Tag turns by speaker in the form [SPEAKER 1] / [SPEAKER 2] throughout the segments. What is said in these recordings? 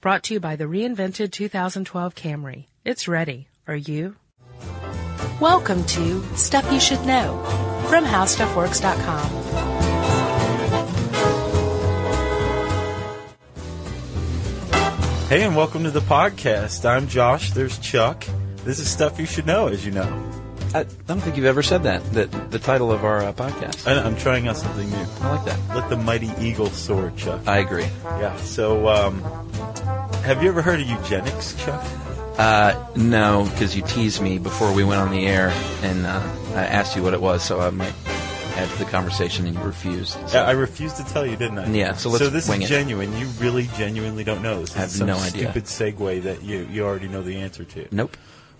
[SPEAKER 1] Brought to you by the reinvented 2012 Camry. It's ready. Are you? Welcome to Stuff You Should Know from HowStuffWorks.com.
[SPEAKER 2] Hey, and welcome to the podcast. I'm Josh. There's Chuck. This is stuff you should know, as you know.
[SPEAKER 3] I don't think you've ever said that, that the title of our uh, podcast.
[SPEAKER 2] And I'm trying out something new.
[SPEAKER 3] I like that.
[SPEAKER 2] Let the mighty eagle soar, Chuck.
[SPEAKER 3] I agree.
[SPEAKER 2] Yeah. So, um, have you ever heard of eugenics, Chuck?
[SPEAKER 3] Uh, no, because you teased me before we went on the air, and uh, I asked you what it was, so I might add to the conversation, and you refused. So
[SPEAKER 2] Yeah, I refused to tell you, didn't I?
[SPEAKER 3] Yeah, so let's
[SPEAKER 2] So this
[SPEAKER 3] wing
[SPEAKER 2] is
[SPEAKER 3] it.
[SPEAKER 2] genuine. You really genuinely don't know. This
[SPEAKER 3] I have
[SPEAKER 2] is some
[SPEAKER 3] no idea.
[SPEAKER 2] stupid segue that you you already know the answer to.
[SPEAKER 3] nope.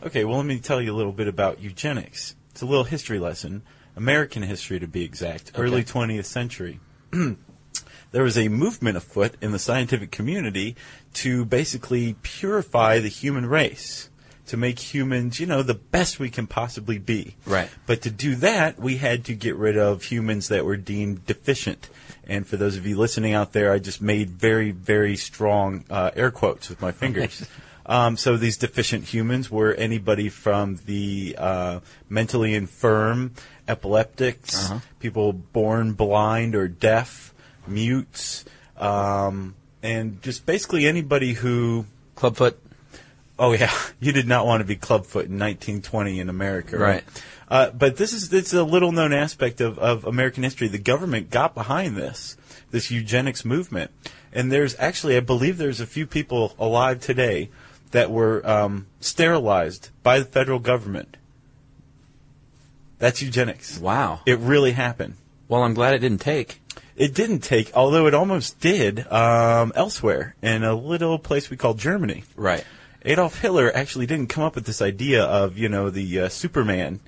[SPEAKER 2] Okay, well, let me tell you a little bit about eugenics. It's a little history lesson, American history to be exact, early 20th century. there was a movement afoot in the scientific community to basically purify the human race, to make humans, you know, the best we can possibly be.
[SPEAKER 3] Right.
[SPEAKER 2] But to do that, we had to get rid of humans that were deemed deficient. And for those of you listening out there, I just made very, very strong uh, air quotes with my fingers. um, so these deficient humans were anybody from the uh, mentally infirm, epileptics, people born blind or deaf, mutes, um, and just basically anybody who
[SPEAKER 3] Clubfoot.
[SPEAKER 2] Oh yeah, you did not want to be clubfoot in 1920 in America,
[SPEAKER 3] Right.
[SPEAKER 2] Uh, but this is it's a little known aspect of, of American history. The government got behind this this eugenics movement, and there's actually I believe there's a few people alive today that were um, sterilized by the federal government. That's eugenics.
[SPEAKER 3] Wow.
[SPEAKER 2] It really happened.
[SPEAKER 3] Well, I'm glad it didn't take.
[SPEAKER 2] It didn't take, although it almost did um, elsewhere in a little place we call Germany.
[SPEAKER 3] Right.
[SPEAKER 2] Adolf Hitler actually didn't come up with this idea of you know the uh, Superman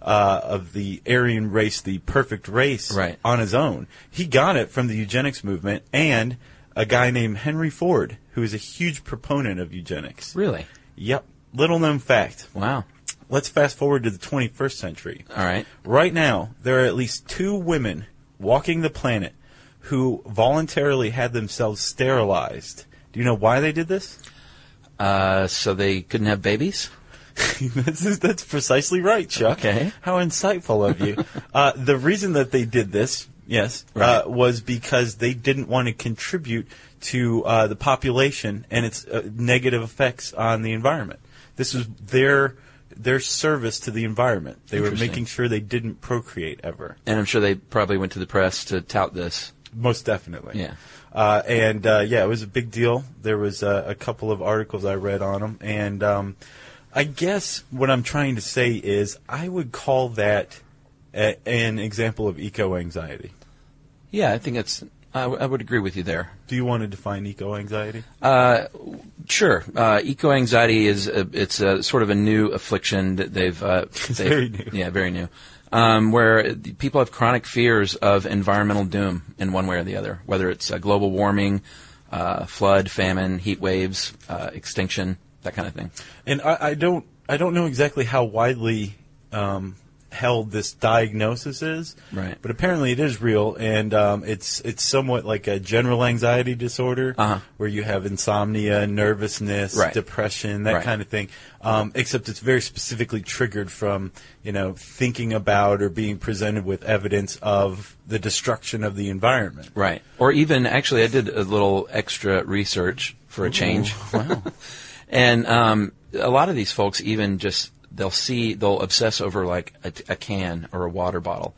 [SPEAKER 2] uh, of the Aryan race, the perfect race,
[SPEAKER 3] Right.
[SPEAKER 2] on his own. He got it from the eugenics movement and a guy named Henry Ford, who is a huge proponent of eugenics.
[SPEAKER 3] Really?
[SPEAKER 2] Yep, little known fact.
[SPEAKER 3] Wow.
[SPEAKER 2] Let's fast forward to the 21st century.
[SPEAKER 3] All right.
[SPEAKER 2] Right now, there are at least two women walking the planet who voluntarily had themselves sterilized. Do you know why they did this?
[SPEAKER 3] Uh, so they couldn't have babies?
[SPEAKER 2] that's, that's precisely right, Chuck.
[SPEAKER 3] Okay.
[SPEAKER 2] How insightful of you. uh, the reason that they did this, yes, uh,
[SPEAKER 3] Right.
[SPEAKER 2] was because they didn't want to contribute to uh, the population and its uh, negative effects on the environment. This was their their service to the environment. They were
[SPEAKER 3] Interesting.
[SPEAKER 2] making sure they didn't procreate ever.
[SPEAKER 3] And I'm sure they probably went to the press to tout this.
[SPEAKER 2] Most definitely.
[SPEAKER 3] Yeah.
[SPEAKER 2] Uh, and uh, yeah, it was a big deal. There was uh, a couple of articles I read on them, and um, I guess what I'm trying to say is I would call that a- an example of eco anxiety.
[SPEAKER 3] Yeah, I think that's, I, w- I would agree with you there.
[SPEAKER 2] Do you want to define eco anxiety?
[SPEAKER 3] Uh, Sure. Uh, eco anxiety is a, it's a sort of a new affliction that they've. Uh, they've-
[SPEAKER 2] very new.
[SPEAKER 3] Yeah, very new. Um, where the people have chronic fears of environmental doom in one way or the other, whether it's uh, global warming, uh, flood, famine, heat waves, uh, extinction, that kind of thing.
[SPEAKER 2] And I, I don't I don't know exactly how widely um, held this diagnosis is,
[SPEAKER 3] Right.
[SPEAKER 2] But apparently it is real, and um, it's it's somewhat like a general anxiety disorder
[SPEAKER 3] Uh-huh.
[SPEAKER 2] where you have insomnia, nervousness,
[SPEAKER 3] Right.
[SPEAKER 2] depression, that
[SPEAKER 3] Right.
[SPEAKER 2] kind of thing. Um, except it's very specifically triggered from you know thinking about or being presented with evidence of the destruction of the environment.
[SPEAKER 3] Right. Or even actually, I did a little extra research for a change. Wow. and um, a lot of these folks even just they'll see they'll obsess over like a, a can or a water bottle.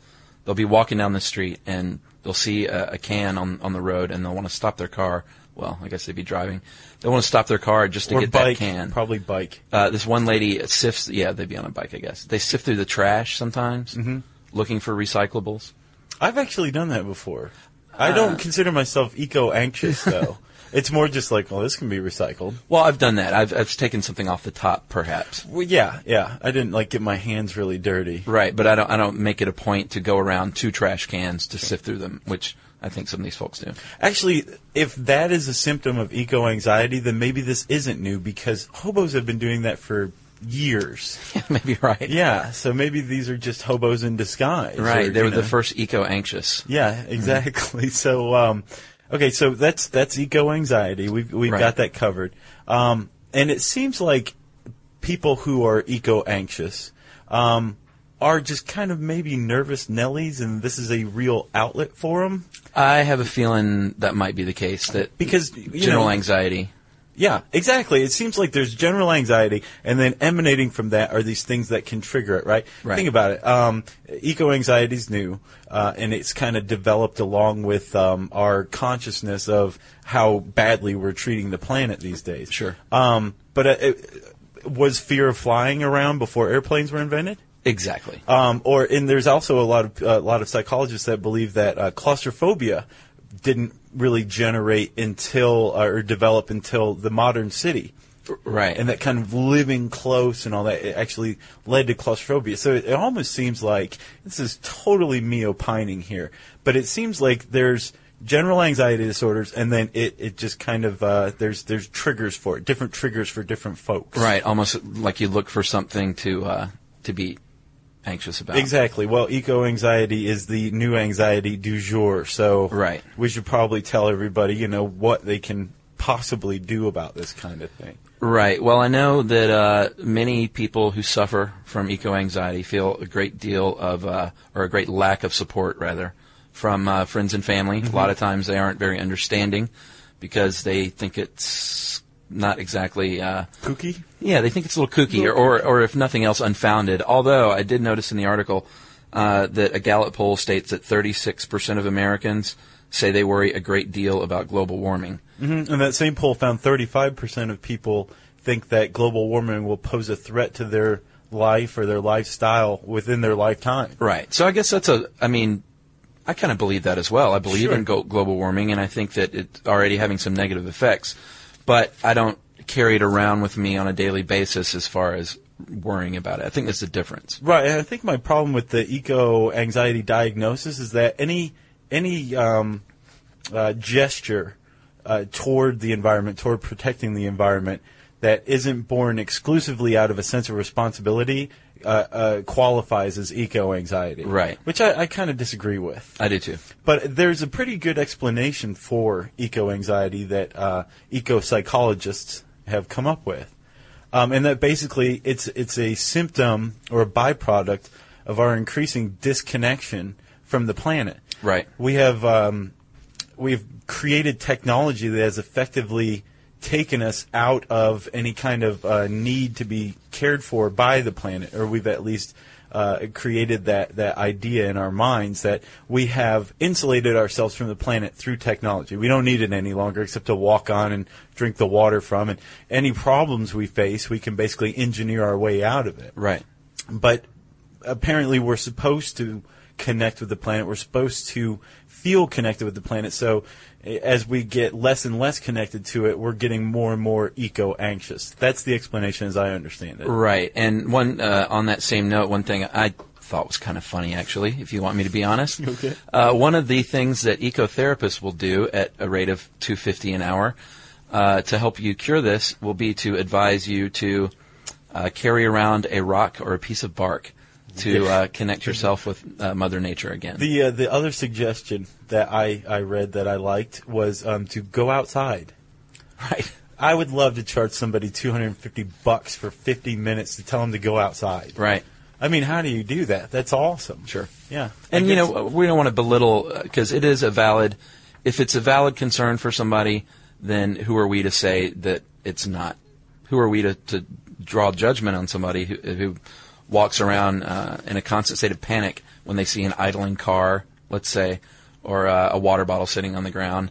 [SPEAKER 3] They'll be walking down the street and they'll see a, a can on on the road and they'll want to stop their car. Well, I guess they'd be driving. They want to stop their car just to
[SPEAKER 2] Or
[SPEAKER 3] get
[SPEAKER 2] bike,
[SPEAKER 3] that can.
[SPEAKER 2] probably bike.
[SPEAKER 3] Uh, this one lady sifts. Yeah, they'd be on a bike, I guess. They sift through the trash sometimes,
[SPEAKER 2] Mm-hmm.
[SPEAKER 3] looking for recyclables.
[SPEAKER 2] I've actually done that before. I don't consider myself eco anxious though. it's more just like, well, this can be recycled.
[SPEAKER 3] Well, I've done that. I've I've taken something off the top, perhaps.
[SPEAKER 2] Well, yeah, yeah. I didn't like get my hands really dirty.
[SPEAKER 3] Right, but I don't. I don't make it a point to go around two trash cans to sift through them, which I think some of these folks do.
[SPEAKER 2] Actually, if that is a symptom of eco anxiety, then maybe this isn't new because hobos have been doing that for years.
[SPEAKER 3] Maybe right.
[SPEAKER 2] yeah, so maybe these are just hobos in disguise.
[SPEAKER 3] right.
[SPEAKER 2] or,
[SPEAKER 3] They
[SPEAKER 2] you
[SPEAKER 3] were
[SPEAKER 2] know.
[SPEAKER 3] the first eco anxious.
[SPEAKER 2] Yeah, exactly. So, um, Okay, so that's that's eco anxiety. We've we've
[SPEAKER 3] Right.
[SPEAKER 2] got that covered. Um, and it seems like people who are eco anxious um, are just kind of maybe nervous Nellies, and this is a real outlet for them
[SPEAKER 3] I have a feeling that might be the case. That
[SPEAKER 2] because you
[SPEAKER 3] general
[SPEAKER 2] know,
[SPEAKER 3] anxiety.
[SPEAKER 2] Yeah, exactly. It seems like there's general anxiety, and then emanating from that are these things that can trigger it, right?
[SPEAKER 3] Right.
[SPEAKER 2] Think about it. Um, Eco anxiety is new, uh, and it's kind of developed along with um, our consciousness of how badly we're treating the planet these days.
[SPEAKER 3] Sure.
[SPEAKER 2] Um, but uh, it, was fear of flying around before airplanes were invented?
[SPEAKER 3] Exactly.
[SPEAKER 2] Um, or and there's also a lot of a lot of psychologists that believe that uh, claustrophobia didn't really generate until uh, or develop until the modern city,
[SPEAKER 3] right.
[SPEAKER 2] and that kind of living close and all that it actually led to claustrophobia. So it, it almost seems like this is totally me opining here, but it seems like there's general anxiety disorders, and then it, it just kind of uh, there's there's triggers for it, different triggers for different folks.
[SPEAKER 3] right. Almost like you look for something to uh, to be anxious about.
[SPEAKER 2] Exactly. Well, eco anxiety is the new anxiety du jour. So
[SPEAKER 3] Right.
[SPEAKER 2] we should probably tell everybody, you know, what they can possibly do about this kind of thing.
[SPEAKER 3] Right. Well, I know that uh, many people who suffer from eco anxiety feel a great deal of, uh, or a great lack of support, rather, from uh, friends and family. A lot of times they aren't very understanding because they think it's not exactly. Uh,
[SPEAKER 2] Kooky?
[SPEAKER 3] yeah, they think it's a little kooky, or, or, or if nothing else, unfounded. Although I did notice in the article uh, that a Gallup poll states that 36% of Americans say they worry a great deal about global warming.
[SPEAKER 2] hmm And that same poll found 35% of people think that global warming will pose a threat to their life or their lifestyle within their lifetime.
[SPEAKER 3] Right. So I guess that's a. I mean, I kind of believe that as well. I believe
[SPEAKER 2] Sure.
[SPEAKER 3] in go- global warming, and I think that it's already having some negative effects. But I don't carry it around with me on a daily basis as far as worrying about it. I think that's the difference.
[SPEAKER 2] Right. And I think my problem with the eco anxiety diagnosis is that any any um, uh, gesture uh, toward the environment, toward protecting the environment, that isn't born exclusively out of a sense of responsibility uh, uh, qualifies as eco anxiety.
[SPEAKER 3] Right.
[SPEAKER 2] Which I, I kind of disagree with.
[SPEAKER 3] I do too.
[SPEAKER 2] But there's a pretty good explanation for eco anxiety that uh, eco psychologists have come up with, um, and that basically it's it's a symptom or a byproduct of our increasing disconnection from the planet.
[SPEAKER 3] Right.
[SPEAKER 2] We have um, we've created technology that has effectively taken us out of any kind of uh, need to be cared for by the planet, or we've at least uh, created that, that idea in our minds that we have insulated ourselves from the planet through technology. We don't need it any longer except to walk on and drink the water from, and any problems we face, we can basically engineer our way out of it
[SPEAKER 3] Right.
[SPEAKER 2] but apparently we're supposed to connect with the planet. We're supposed to feel connected with the planet. So eh, as we get less and less connected to it, we're getting more and more eco anxious. That's the explanation as I understand it.
[SPEAKER 3] Right. And one uh, on that same note, one thing I thought was kind of funny, actually, if you want me to be honest.
[SPEAKER 2] Okay.
[SPEAKER 3] Uh, one of the things that ecotherapists will do at a rate of 250 an hour uh, to help you cure this will be to advise you to uh, carry around a rock or a piece of bark to uh, connect yourself with uh, Mother Nature again.
[SPEAKER 2] The uh, the other suggestion that I, I read that I liked was um, to go outside.
[SPEAKER 3] right.
[SPEAKER 2] I would love to charge somebody 250 bucks for 50 minutes to tell them to go outside.
[SPEAKER 3] Right.
[SPEAKER 2] I mean, how do you do that? That's awesome.
[SPEAKER 3] Sure.
[SPEAKER 2] Yeah.
[SPEAKER 3] And you
[SPEAKER 2] I guess-
[SPEAKER 3] know, we don't want to belittle because it is a valid. If it's a valid concern for somebody, then who are we to say that it's not? Who are we to, to draw judgment on somebody who, who walks around uh, in a constant state of panic when they see an idling car, let's say, or uh, a water bottle sitting on the ground?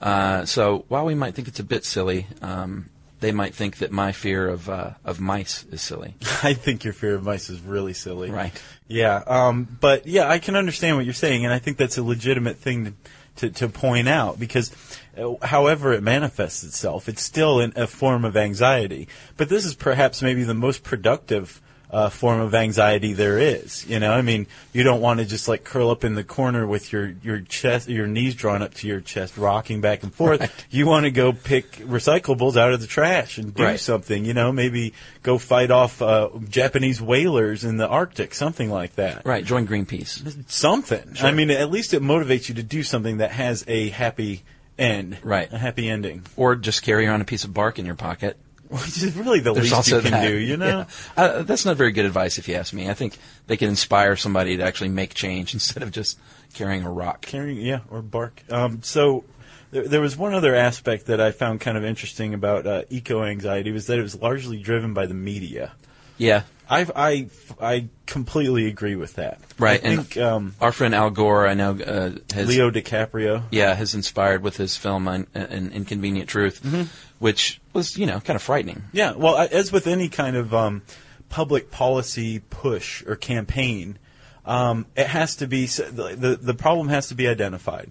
[SPEAKER 3] Uh, so while we might think it's a bit silly, um, they might think that my fear of uh, of mice is silly.
[SPEAKER 2] I think your fear of mice is really silly.
[SPEAKER 3] Right.
[SPEAKER 2] Yeah. Um, but yeah, I can understand what you're saying, and I think that's a legitimate thing to, to, to point out because, uh, however it manifests itself, it's still in a form of anxiety. But this is perhaps maybe the most productive. Uh, form of anxiety there is, you know. I mean, you don't want to just like curl up in the corner with your your chest, your knees drawn up to your chest, rocking back and forth. You want to go pick recyclables out of the trash and do
[SPEAKER 3] Right.
[SPEAKER 2] something, you know, maybe go fight off uh, Japanese whalers in the Arctic, something like that.
[SPEAKER 3] Right. Join Greenpeace.
[SPEAKER 2] Something. I mean, at least it motivates you to do something that has a happy end.
[SPEAKER 3] Right.
[SPEAKER 2] A happy ending.
[SPEAKER 3] or just carry around a piece of bark in your pocket.
[SPEAKER 2] Which is really the
[SPEAKER 3] There's
[SPEAKER 2] least
[SPEAKER 3] also
[SPEAKER 2] you can
[SPEAKER 3] that.
[SPEAKER 2] do, you know?
[SPEAKER 3] Yeah. Uh, that's not very good advice, if you ask me. I think they can inspire somebody to actually make change instead of just carrying a rock.
[SPEAKER 2] Carrying, yeah, or bark. Um, so there, there was one other aspect that I found kind of interesting about uh, eco anxiety was that it was largely driven by the media.
[SPEAKER 3] Yeah,
[SPEAKER 2] I I I completely agree with that.
[SPEAKER 3] right.
[SPEAKER 2] I
[SPEAKER 3] and
[SPEAKER 2] think um,
[SPEAKER 3] our friend Al Gore, I know, uh, has
[SPEAKER 2] Leo DiCaprio.
[SPEAKER 3] yeah has inspired with his film on, uh, an Inconvenient Truth,
[SPEAKER 2] Mm-hmm.
[SPEAKER 3] which was you know kind of frightening.
[SPEAKER 2] Yeah, well, I- as with any kind of um, public policy push or campaign, um, it has to be s- the, the the problem has to be identified,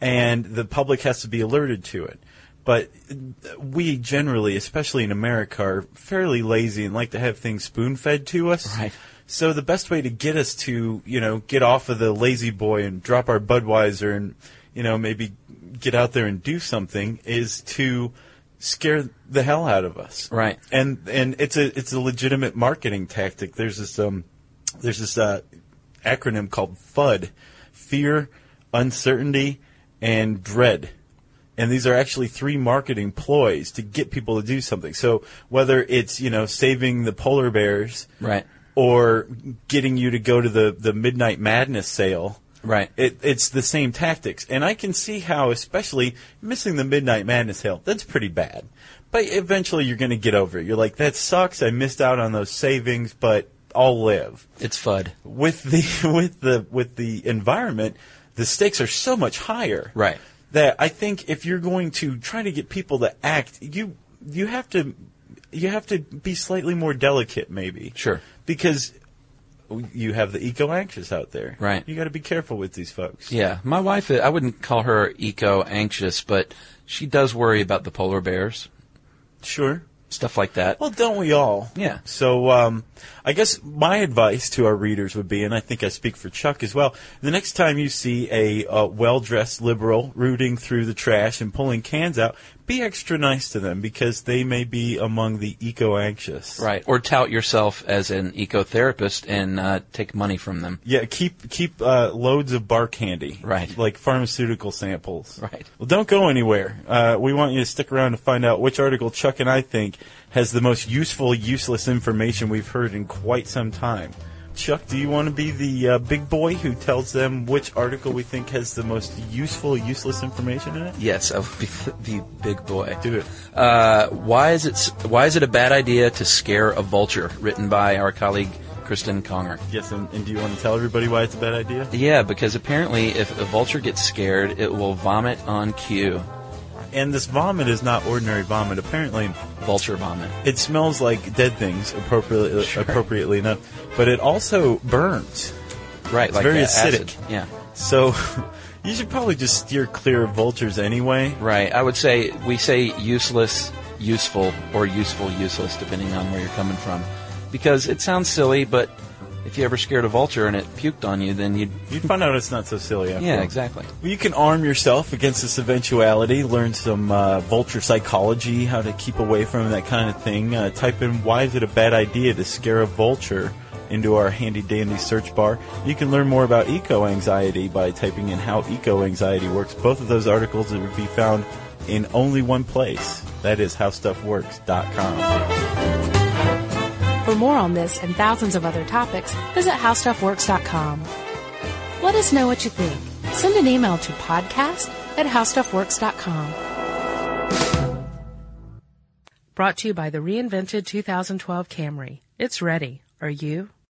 [SPEAKER 2] and the public has to be alerted to it. But uh, we generally, especially in America, are fairly lazy and like to have things spoon fed to us.
[SPEAKER 3] Right.
[SPEAKER 2] So the best way to get us to, you know, get off of the lazy boy and drop our Budweiser and, you know, maybe get out there and do something is to scare the hell out of us.
[SPEAKER 3] Right.
[SPEAKER 2] And and it's a it's a legitimate marketing tactic. There's this um there's this uh, acronym called FUD, fear, uncertainty, and dread. And these are actually three marketing ploys to get people to do something. So whether it's, you know, saving the polar bears
[SPEAKER 3] Right.
[SPEAKER 2] or getting you to go to the, the midnight madness sale.
[SPEAKER 3] Right.
[SPEAKER 2] It, it's the same tactics. And I can see how, especially missing the midnight madness sale, that's pretty bad. But eventually you're going to get over it. You're like, that sucks. I missed out on those savings, but I'll live.
[SPEAKER 3] It's FUD.
[SPEAKER 2] With the, with the, with the environment, the stakes are so much higher
[SPEAKER 3] Right.
[SPEAKER 2] that I think if you're going to try to get people to act, you you have to you have to be slightly more delicate, maybe.
[SPEAKER 3] Sure.
[SPEAKER 2] Because you have the eco anxious out there.
[SPEAKER 3] Right.
[SPEAKER 2] You got to be careful with these folks.
[SPEAKER 3] Yeah, my wife. I wouldn't call her eco anxious, but she does worry about the polar bears,
[SPEAKER 2] Sure.
[SPEAKER 3] stuff like that.
[SPEAKER 2] Well, don't we all?
[SPEAKER 3] Yeah.
[SPEAKER 2] So, um, I guess my advice to our readers would be, and I think I speak for Chuck as well. The next time you see a uh, well-dressed liberal rooting through the trash and pulling cans out, be extra nice to them because they may be among the eco-anxious.
[SPEAKER 3] Right, or tout yourself as an eco therapist and uh, take money from them.
[SPEAKER 2] Yeah, keep keep uh, loads of bark handy.
[SPEAKER 3] Right.
[SPEAKER 2] Like pharmaceutical samples.
[SPEAKER 3] Right.
[SPEAKER 2] Well, don't go anywhere. Uh, we want you to stick around to find out which article Chuck and I think has the most useful, useless information we've heard in quite some time. Chuck, do you want to be the uh, big boy who tells them which article we think has the most useful, useless information in it?
[SPEAKER 3] Yes, I would be the big boy.
[SPEAKER 2] Do it.
[SPEAKER 3] Uh, why is it s- Why is it a bad idea to scare a vulture? Written by our colleague Kristen Conger.
[SPEAKER 2] Yes, and, and do you want to tell everybody why it's a bad idea?
[SPEAKER 3] Yeah, because apparently, if a vulture gets scared, it will vomit on cue.
[SPEAKER 2] And this vomit is not ordinary vomit. Apparently,
[SPEAKER 3] Vulture vomit.
[SPEAKER 2] It smells like dead things, appropriately,
[SPEAKER 3] Sure.
[SPEAKER 2] appropriately enough, but it also burns.
[SPEAKER 3] Right, like
[SPEAKER 2] very
[SPEAKER 3] uh, acid.
[SPEAKER 2] acidic.
[SPEAKER 3] Yeah.
[SPEAKER 2] So you should probably just steer clear of vultures anyway.
[SPEAKER 3] Right. I would say we say useless, useful, or useful, useless, depending on where you're coming from, because it sounds silly, but if you ever scared a vulture and it puked on you, then you'd
[SPEAKER 2] You'd find out it's not so silly after
[SPEAKER 3] yeah,
[SPEAKER 2] all.
[SPEAKER 3] exactly.
[SPEAKER 2] Well, you can arm yourself against this eventuality, learn some uh, vulture psychology, how to keep away from that kind of thing. Uh, type in why is it a bad idea to scare a vulture into our handy dandy search bar. You can learn more about eco anxiety by typing in how eco anxiety works. Both of those articles would be found in only one place. That is howstuffworks.com.
[SPEAKER 1] For more on this and thousands of other topics, visit howstuffworks.com. Let us know what you think. Send an email to podcast at howstuffworks.com. Brought to you by the reinvented 2012 Camry. It's ready. Are you?